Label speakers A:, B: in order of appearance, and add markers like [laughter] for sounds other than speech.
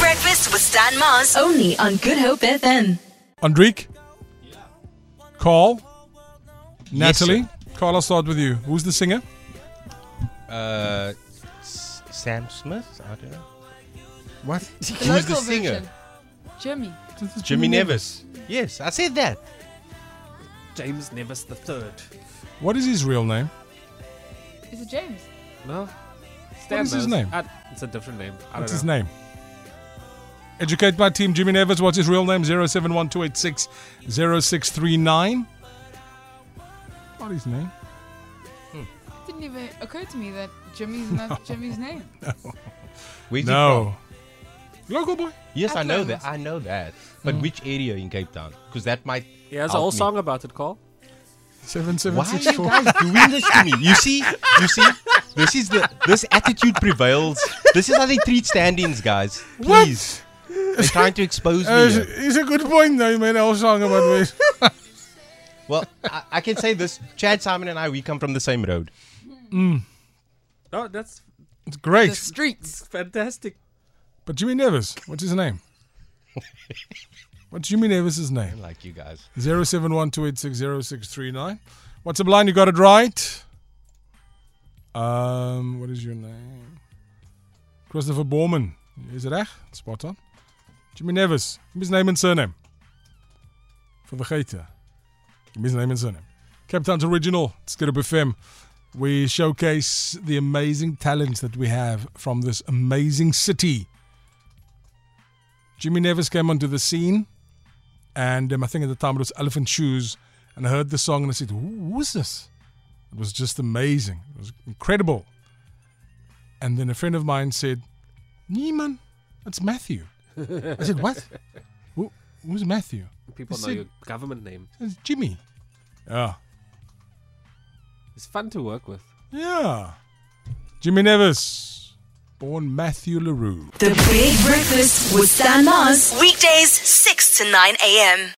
A: Breakfast with Stan Mars. Only on Good Hope FM.
B: Andrik, Carl, Natalie.
C: sir.
B: Carl, I'll start with you. Who's the singer?
C: Uh, S- Sam Smith? I don't know.
B: What?
C: Who's the singer?
D: Jimmy.
C: [laughs] Jimmy Nevis. Yes, I said that.
E: James Nevis the third.
B: What is his real name?
D: Is it James?
E: No.
B: What is his name?
E: I- it's a different name. I
B: What's
E: don't
B: his
E: know.
B: name? Educate my team, Jimmy Nevis. What's his real name? 071286 0639. What is his name?
D: It didn't even occur to me that Jimmy's not Jimmy's name.
C: Where's he
B: no. Local boy.
C: from? Yes, I know that.
D: Acklands.
C: I know that. But
B: Mm.
C: which area in Cape Town? Because that might.
E: He has a
C: help
E: whole
C: me.
E: song about it, Carl.
C: Why are
B: 7764.
C: you guys doing this
B: [laughs]
C: to me? You see, you see, this is the this attitude prevails. This is how they treat stand-ins, guys.
B: What?
C: Please, they're trying to expose
B: Uh,
C: me.
B: it's,
C: here.
B: it's a good point, though. You made a whole song about
C: [laughs]
B: this.
C: Well, I, I can say this: Chad, Simon, and I, we come from the same road.
E: No, Oh, that's
B: It's
D: The
B: great.
D: streets.
E: fantastic.
B: But Jimmy Nevis, what's his
C: [laughs]
B: name? what's Jimmy Nevis's name?
C: Like you guys.
B: 0712860639. What's up, line? You got it right. Um, what is your name? Christopher Borman. Is it echt? Spot on. Jimmy Nevis. Give me his name and surname. For the hater. Give me his name and surname. Cape Town's original. It's good up FM. We showcase the amazing talents that we have from this amazing city. Jimmy Nevis came onto the scene and um, I think at the time it was Elephant Shoes, and I heard the song and I said, "Who- "Who's this?" It was just amazing. It was incredible. And then a friend of mine said, "Nee man, that's Matthew." I said, "What? Who, who's Matthew?"
E: People
B: Is
E: know
B: it-
E: your government name.
B: It's Jimmy. Yeah,
E: It's fun to work with.
B: yeah. Jimmy Nevis, born Matthew Larue.
A: The Big Breakfast with Stan Mars. Weekdays, 6 to 9 a.m.